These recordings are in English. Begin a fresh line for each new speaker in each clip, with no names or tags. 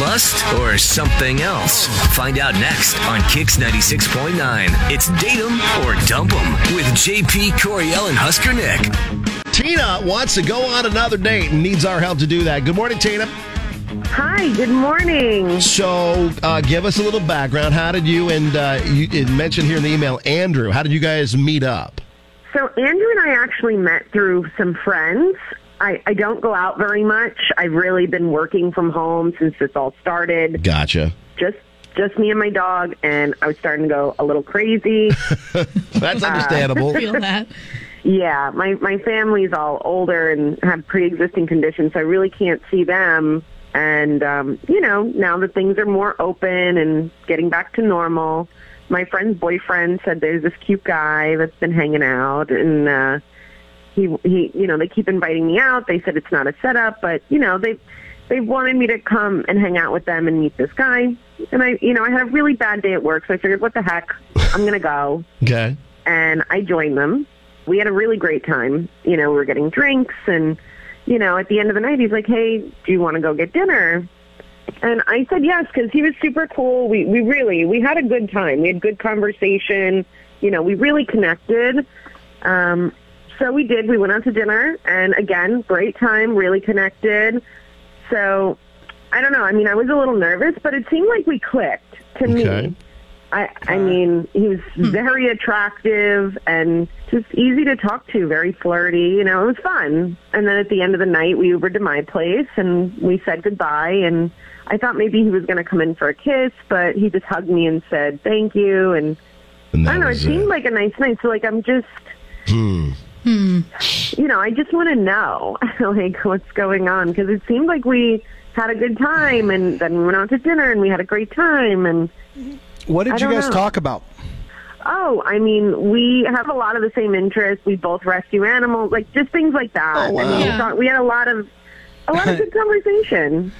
lust, or something else? Find out next on Kix 96.9. It's Date 'em or Dump 'em with JP Coriel and Husker Nick.
Tina wants to go on another date and needs our help to do that. Good morning, Tina.
Hi, good morning.
So, uh, give us a little background. How did you and uh, you it mentioned here in the email, Andrew? How did you guys meet up?
So Andrew and I actually met through some friends. I, I don't go out very much. I've really been working from home since this all started.
Gotcha.
Just just me and my dog and I was starting to go a little crazy. Uh,
That's understandable.
feel that.
yeah, my my family's all older and have pre-existing conditions, so I really can't see them. And um, you know, now that things are more open and getting back to normal, my friend's boyfriend said there's this cute guy that's been hanging out, and uh, he he, you know, they keep inviting me out. They said it's not a setup, but you know, they they wanted me to come and hang out with them and meet this guy. And I, you know, I had a really bad day at work, so I figured, what the heck, I'm gonna go
okay.
and I joined them. We had a really great time. You know, we were getting drinks and, you know, at the end of the night, he's like, hey, do you want to go get dinner? And I said yes because he was super cool. We, we really, we had a good time. We had good conversation. You know, we really connected. Um, so we did. We went out to dinner and again, great time, really connected. So I don't know. I mean, I was a little nervous, but it seemed like we clicked to
Okay.
me. I, I mean, he was very attractive and just easy to talk to, very flirty. You know, it was fun. And then at the end of the night, we Ubered to my place and we said goodbye. And I thought maybe he was going to come in for a kiss, but he just hugged me and said thank you. And
And
I don't know, it
was
seemed like a nice night. So like, I'm just,
Hmm.
you know, I just want to know like what's going on because it seemed like we had a good time and then we went out to dinner and we had a great time and
What did
I
you
don't
guys
know.
talk about?
Oh, I mean, we have a lot of the same interests. We both rescue animals, like just things like that.
Oh, wow.
I mean, we,
Yeah.
thought- we had a lot of a lot of good conversation.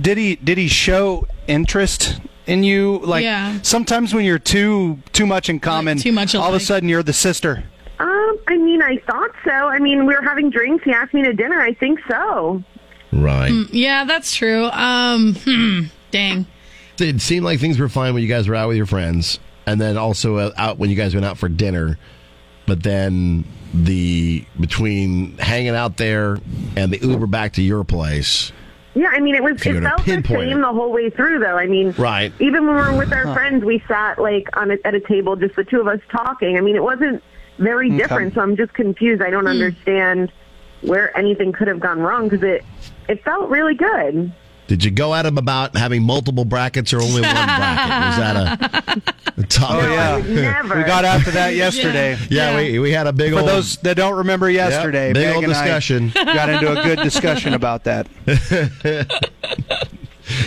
Did he did he show interest in you? Like
Yeah.
sometimes when you're too too much in common,
too much
all of
alike.
a sudden you're the sister.
Um, I mean, I thought so. I mean, we were having drinks. He asked me to dinner. I think so.
Right.
Mm,
Yeah, that's true. Um, hmm, dang.
It seemed like things were fine when you guys were out with your friends, and then also uh, out when you guys went out for dinner. But then the between hanging out there and the Uber back to your place.
Yeah, I mean, it was
you were
it
to
felt the
pinpoint
same
it.
the whole way through, though. I mean,
Right.
Even when we were with our friends, we sat like on a, at a table, just the two of us talking. I mean, it wasn't very different. So I'm just confused. I don't understand where anything could have gone wrong because it it felt really good.
Did you go at him about having multiple brackets or only one bracket? Was that a, a topic?
Oh,
I
yeah.
would never.
We got after that yesterday.
Yeah, We, we had a big
For
old
those that don't remember yesterday,
big
Meg
old
and I
discussion.
got into a good discussion about that.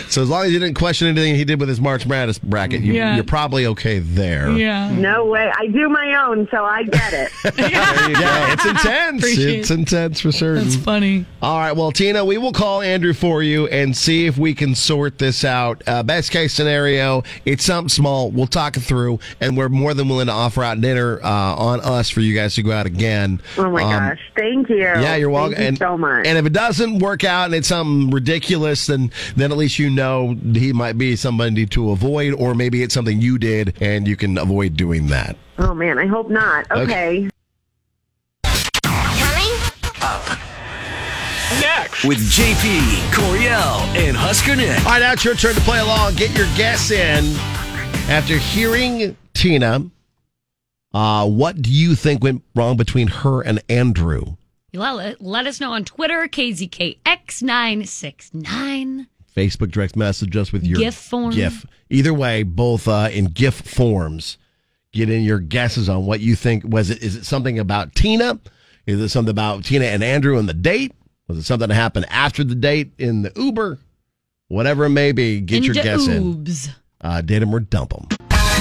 So as long as you didn't question anything he did with his March Madness bracket, you,
Yeah.
you're probably okay there.
Yeah.
No way. I do my own, so I get it.
There you
Yeah, it's intense.
Appreciate
it's intense for certain.
That's funny.
All right, well, Tina, we will call Andrew for you and see if we can sort this out. Uh, best case scenario, it's something small. We'll talk it through, and we're more than willing to offer out dinner uh, on us for you guys to go out again.
Oh my
Um,
gosh. Thank you.
Yeah, you're welcome.
Thank you
and,
so much.
And if it doesn't work out and it's something ridiculous, then then at least you know he might be somebody to avoid, or maybe it's something you did and you can avoid doing that.
oh man, I hope not.
Okay.
okay.
With JP Coriel and Husker Nick.
All right, now it's your turn to play along. Get your guess in. After hearing Tina, uh, what do you think went wrong between her and Andrew?
Let, let us know on Twitter, KZKX969.
Facebook direct message us with your
GIF form.
GIF. Either way, both uh, in GIF forms. Get in your guesses on what you think. Was it? Is it something about Tina? Is it something about Tina and Andrew and the date? Was it something that happened after the date in the Uber? Whatever it may be, get your
Into
guess in.
oobs.
Uh, date 'em or dump 'em.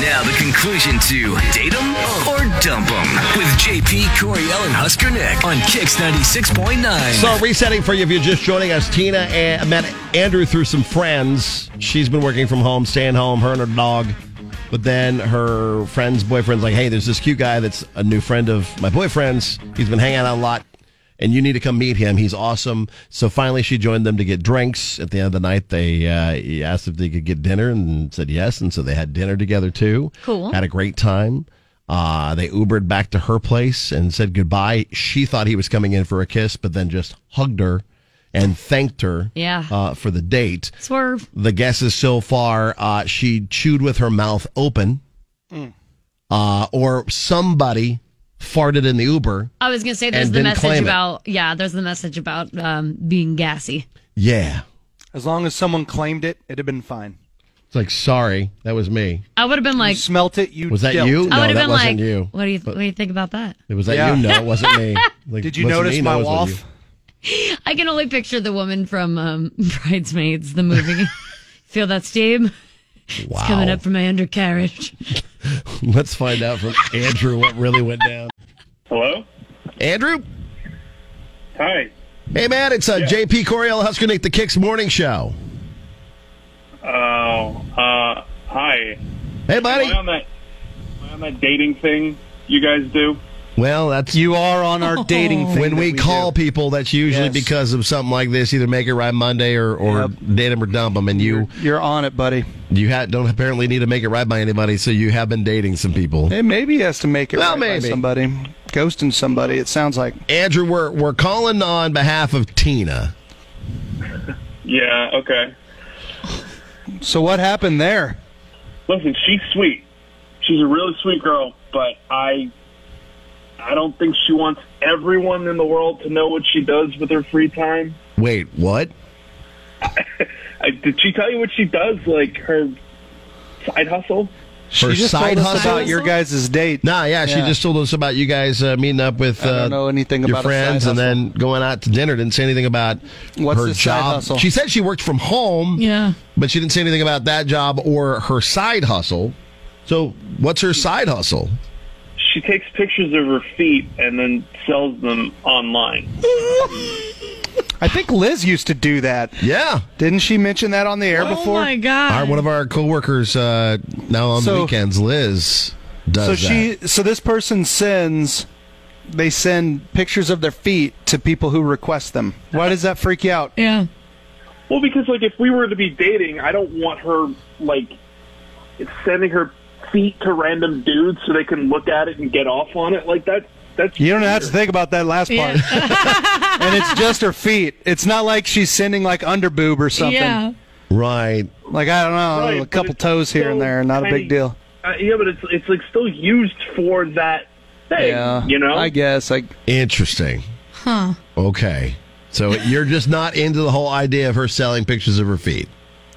Now the conclusion to Date 'em or Dump 'em with JP Coriel and Husker Nick on Kix 96.9.
So resetting for you if you're just joining us. Tina and, met Andrew through some friends. She's been working from home, staying home, her and her dog. But then her friend's boyfriend's like, "Hey, there's this cute guy that's a new friend of my boyfriend's. He's been hanging out a lot. and you need to come meet him. He's awesome. So finally, she joined them to get drinks. At the end of the night, they uh, he asked if they could get dinner and said yes. And so they had dinner together too.
Cool.
Had a great time. Uh, they Ubered back to her place and said goodbye. She thought he was coming in for a kiss, but then just hugged her and thanked her
Yeah.
uh, for the date.
Swerve.
The guesses so far uh, she chewed with her mouth open,
Hmm.
uh, or somebody farted in the Uber.
I was gonna say there's
And
the
then
message
claim it.
about yeah, there's the message about um, being gassy.
Yeah.
As long as someone claimed it, it'd have been fine.
It's like, sorry, that was me.
I would have been like,
you smelt it. You
Was that
dealt.
you?
I would
No,
have
that
been
wasn't
like,
you.
what do you what do you think about that?
It was that
Yeah.
you? No, it wasn't me. Like,
Did you
wasn't
notice
me? No,
my
it wasn't
waff?
you.
I can only picture the woman from um, Bridesmaids, the movie. Feel that steam?
Wow.
It's coming up from my undercarriage.
Let's find out from Andrew what really went down.
Hello?
Andrew?
Hi.
Hey, man, it's uh, JP Coriel Husker Nick, the Kicks Morning Show.
Oh, uh, hi.
Hey, buddy.
Am I on that, am I on that dating thing you guys do?
Well, that's
You are on our dating thing.
when
that
we,
do.
call people, that's usually
Yes.
because of something like this. Either make it right Monday or, or
Yep.
date them or dump them. And you
You're on it, buddy.
you ha- don't apparently need to make it right by anybody, so you have been dating some people.
Hey, maybe he has to make it
Well,
right by
maybe.
somebody. Ghosting somebody, it sounds like.
Andrew, we're, we're calling on behalf of Tina.
Yeah, okay.
So what happened there?
Listen, she's sweet. She's a really sweet girl, but I I don't think she wants everyone in the world to know what she does with her free time.
Wait, what?
I, did she tell you what she does like her side hustle?
She
Her
just
side
told us
hustle?
about your guys' date.
Nah, yeah, she just told us about you guys uh, meeting up with uh,
I don't know anything
your
about a side
friends and then going out to dinner. Didn't say anything about
What's
her
the side
job.
hustle?
She said she worked from home,
Yeah.
but she didn't say anything about that job or her side hustle. So, what's her side hustle?
She takes pictures of her feet and then sells them online.
I think Liz used to do that.
Yeah.
Didn't she mention that on the air
Oh
before?
my god.
Our, one of our coworkers uh, now on the
So-
weekends, Liz, does
so
that.
she so this person sends they send pictures of their feet to people who request them. Why does that freak you out?
yeah.
Well, because like if we were to be dating, I don't want her like sending her feet to random dudes so they can look at it and get off on it. Like that. That's
You don't have to
weird.
think about that last part. and it's just her feet. It's not like she's sending like underboob or something.
Yeah.
right.
Like I don't know,
Right,
a
but
couple
it's
toes here and
still
there, not a
tiny.
big deal.
Uh, yeah, but it's it's like still used for that thing.
Yeah,
you know.
I guess. Like
Interesting.
Huh.
Okay. So, you're just not into the whole idea of her selling pictures of her feet.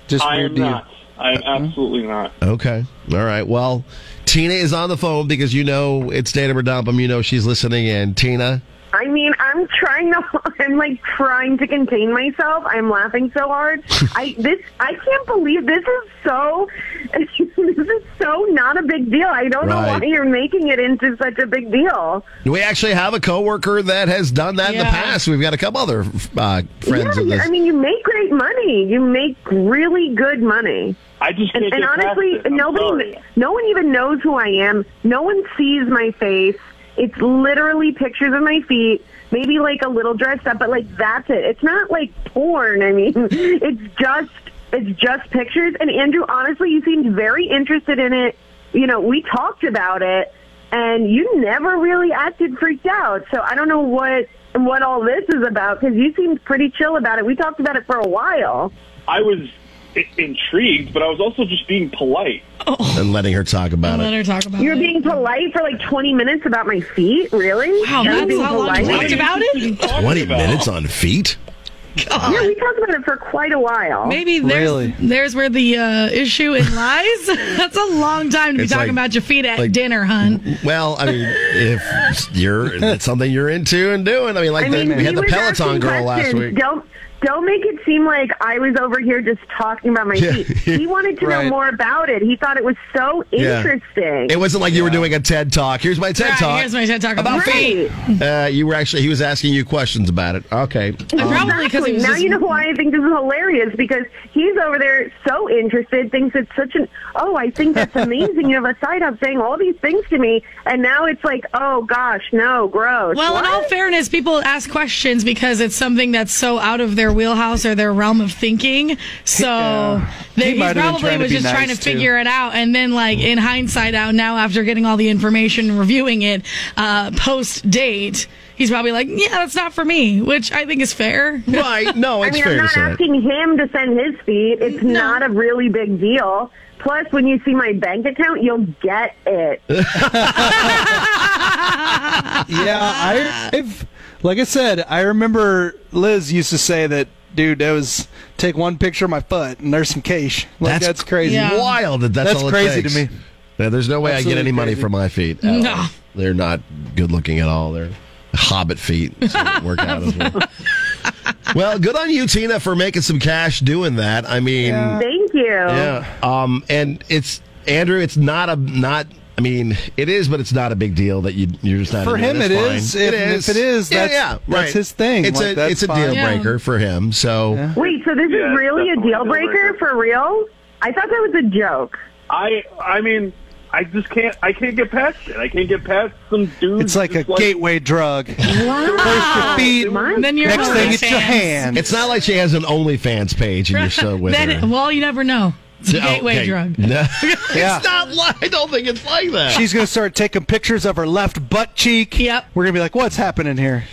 just
I
weird
am
to you. Hmm?
not. I am absolutely not.
Okay. All right. Well, Tina is on the phone because you know it's Data or Dump 'Em. You know she's listening. And Tina,
I mean, I'm trying to. I'm like trying to contain myself. I'm laughing so hard. I this. I can't believe this is so. This is so not a big deal. I don't know
Right.
why you're making it into such a big deal.
we actually have a coworker that has done that in the
Yeah.
past. We've got a couple other uh, friends
yeah,
of
you-
this.
I mean, you make great money. You make really good money.
I just
And,
can't
and
get past
honestly,
it. I'm
nobody,
sorry.
no one even knows who I am. No one sees my face. It's literally pictures of my feet, maybe like a little dressed up, but like that's it. It's not like porn. I mean, it's just it's just pictures. And Andrew, honestly, you seemed very interested in it. You know, we talked about it, and you never really acted freaked out. So I don't know what what all this is about because you seemed pretty chill about it. We talked about it for a while.
I was i- intrigued, but I was also just being polite.
and letting her talk about
Let
it.
her talk about
You're
it.
being polite for like 20 minutes about my feet? Really?
Wow,
You're
that's
being
how long
polite?
you talked about it?
Talking
Twenty
about-
minutes on feet.
Yeah, we talked about it for quite a while.
Maybe there's
Really?
there's where the uh, issue in lies. That's a long time to be
It's
talking
like-
about your feet at
like-
dinner, hun.
Well, I mean, if you're if it's something you're into and doing, I mean, like
I
the,
mean,
we had
he
the
was
Peloton
asking
girl last
questions.
week.
Don't Don't make it seem like I was over here just talking about my
Yeah.
feet. He wanted to
Right.
know more about it. He thought it was so
Yeah.
interesting.
It wasn't like you were doing a TED talk. Here's my TED
Right,
talk.
here's my TED Talk about
about feet. Uh, you were actually he was asking you questions about it. Okay.
And probably because
Exactly.
he was
Now
just-
you know why I think this is hilarious because he's over there so interested, thinks it's such an oh, I think that's amazing. you have a side up saying all these things to me, and now it's like oh gosh, no, gross.
Well, in all
What?
fairness, people ask questions because it's something that's so out of their wheelhouse or their realm of thinking. So
He might
they, he
have been
probably
trying to
was
be
just
nice,
trying to
too.
figure it out. And then, like, in hindsight, out now after getting all the information and reviewing it uh, post date, he's probably like, yeah, that's not for me, which I think is fair.
right. No,
I
it's
mean, I'm
fair to
not
say. that.
asking him to send his feet. It's not a really big deal. Plus, when you see my bank account, you'll get it.
yeah, I, I've like I said, I remember Liz used to say that, dude, that was take one picture of my foot and there's some cash. Like that's, crazy.
Yeah.
Wild that that's,
That's
all it
crazy
takes.
to me.
Yeah, there's no way I get
Absolutely
any money
crazy.
for my feet. at
No.
all. They're not good looking at all. They're hobbit feet. So it work out as well. well, good on you, Tina, for making some cash doing that. I mean,
Thank you.
yeah. Um, and it's Andrew. It's not a not. I mean, it is, but it's not a big deal that you you're just not
For
into
him,
That's
it
fine.
is. If- if it is, that's- that's his thing.
It's
Like,
a
that's
it's a
fine.
deal
Yeah.
breaker for him. So
Wait, so this
Yeah,
is really a
definitely
deal breaker for real? I thought that was a joke.
I I mean I just can't I can't get past it. I can't get past some dudes.
It's like a
just like,
gateway drug. First your
Wow.
feet,
My
then you're
next thing
OnlyFans.
it's your hand.
it's not like she has an OnlyFans page and you're so with
Then-
her.
well, you never know. It's a
Oh,
gateway
okay.
drug.
No.
Yeah.
It's not like I don't think it's like that.
She's gonna start taking pictures of her left butt cheek.
Yep.
We're gonna be like, what's happening here?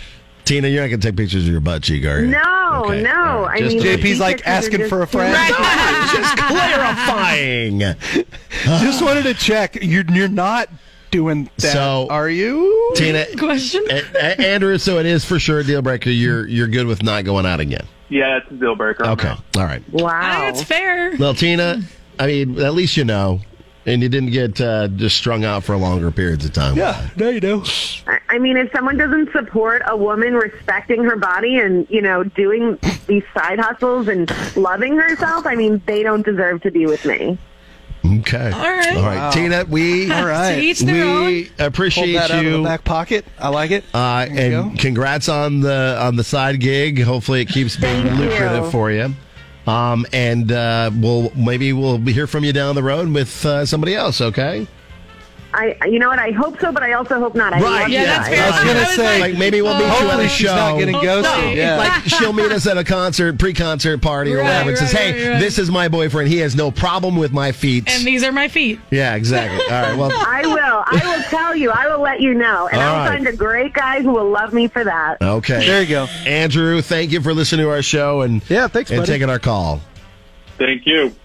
Tina, you're not gonna take pictures of your butt cheek, are you?
No,
Okay,
no.
all right,
I
just
mean,
to-
JP's
these
like
pictures are
asking
just
for a
too
friend.
much.
I'm just clarifying.
Just wanted to check. You're you're not doing that,
So-
are you?
Tina,
Question?
A- A- Andrew, so it is for sure a deal breaker. You're you're good with not going out again.
yeah, it's a deal breaker. I'm
Okay.
out.
All right.
I
Wow.
think Ah, it's fair.
Well, Tina, I mean, at least you know, and you didn't get uh, just strung out for longer periods of time.
Yeah, no, you do.
I- I mean, if someone doesn't support a woman respecting her body and, you know, doing these side hustles and loving herself, I mean, they don't deserve to be with me.
Okay.
All right.
All right, Tina. We
All right.
To each their own.
we
Pulled
appreciate
that out of the
you.
back pocket. I like it.
Uh,
There you
and
go.
congrats on the on the side gig. Hopefully, it keeps being
Thank you.
lucrative for you. Um, and uh, we'll maybe we'll hear from you down the road with uh, somebody else. Okay.
I, you know what? I hope so, but I also hope not. I love
yeah,
you
that's
guys.
fair.
I was gonna
I was
say,
like maybe we'll meet you at
Hopefully
a
she's not
show.
getting
No.
ghosted. Yeah.
Like she'll meet us at a concert, pre-concert party or
Right,
whatever, and
right,
says, "Hey,
right, right.
this is my boyfriend. He has no problem with my feet."
And these are my feet.
yeah, exactly. All right. Well,
I will. I will tell you. I will let you know. And
All
I'll
right.
find a great guy who will love me for that.
okay.
there you go.
Andrew, thank you for listening to our show and
Yeah, thanks,
and
buddy.
taking our call.
Thank you.